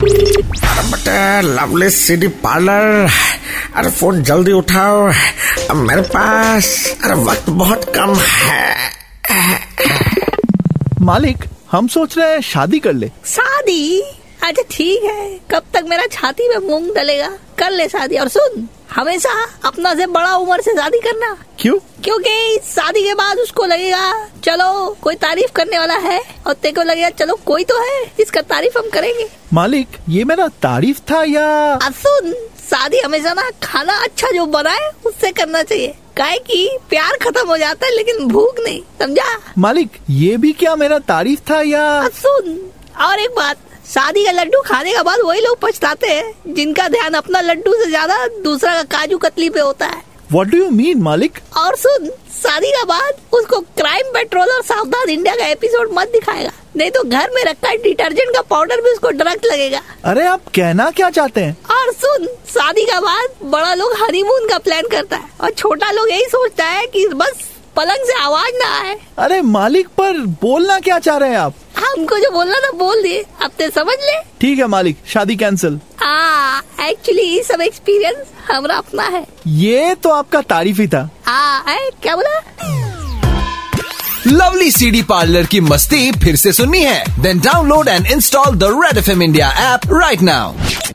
अरे बटे lovely city parlour अरे फोन जल्दी उठाओ अब मेरे पास अरे वक्त बहुत कम है मालिक हम सोच रहे हैं शादी कर ले शादी अच्छा ठीक है कब तक मेरा छाती में मूंग डलेगा कर ले शादी और सुन हमेशा अपना से बड़ा उम्र से शादी करना क्यों क्योंकि शादी के बाद उसको लगेगा चलो कोई तारीफ करने वाला है और तेरे को लगेगा चलो कोई तो है इसका तारीफ हम करेंगे मालिक ये मेरा तारीफ था या अब सुन शादी हमेशा ना खाना अच्छा जो बनाए उससे करना चाहिए काहे कि प्यार खत्म हो जाता है लेकिन भूख नहीं समझा मालिक ये भी क्या मेरा तारीफ था या अब सुन और एक बात शादी का लड्डू खाने के बाद वही लोग पछताते हैं जिनका ध्यान अपना लड्डू से ज्यादा दूसरा का काजू कतली पे होता है व्हाट डू यू मीन मालिक और सुन शादी के बाद उसको क्राइम पेट्रोल और सावधान इंडिया का एपिसोड मत दिखाएगा नहीं तो घर में रखा डिटर्जेंट का पाउडर भी उसको ड्रग लगेगा अरे आप कहना क्या चाहते हैं और सुन शादी के बाद बड़ा लोग हनीमून का प्लान करता है और छोटा लोग यही सोचता है कि बस पलंग से आवाज ना आए अरे मालिक पर बोलना क्या चाह रहे हैं आप हमको जो बोलना था बोल दिए अब तो समझ ले ठीक है मालिक शादी कैंसिल हाँ एक्चुअली ये सब एक्सपीरियंस हमारा अपना है ये तो आपका तारीफ ही था हाँ है क्या बोला लवली सीडी पार्लर की मस्ती फिर से सुननी है then download and install the red F India app right now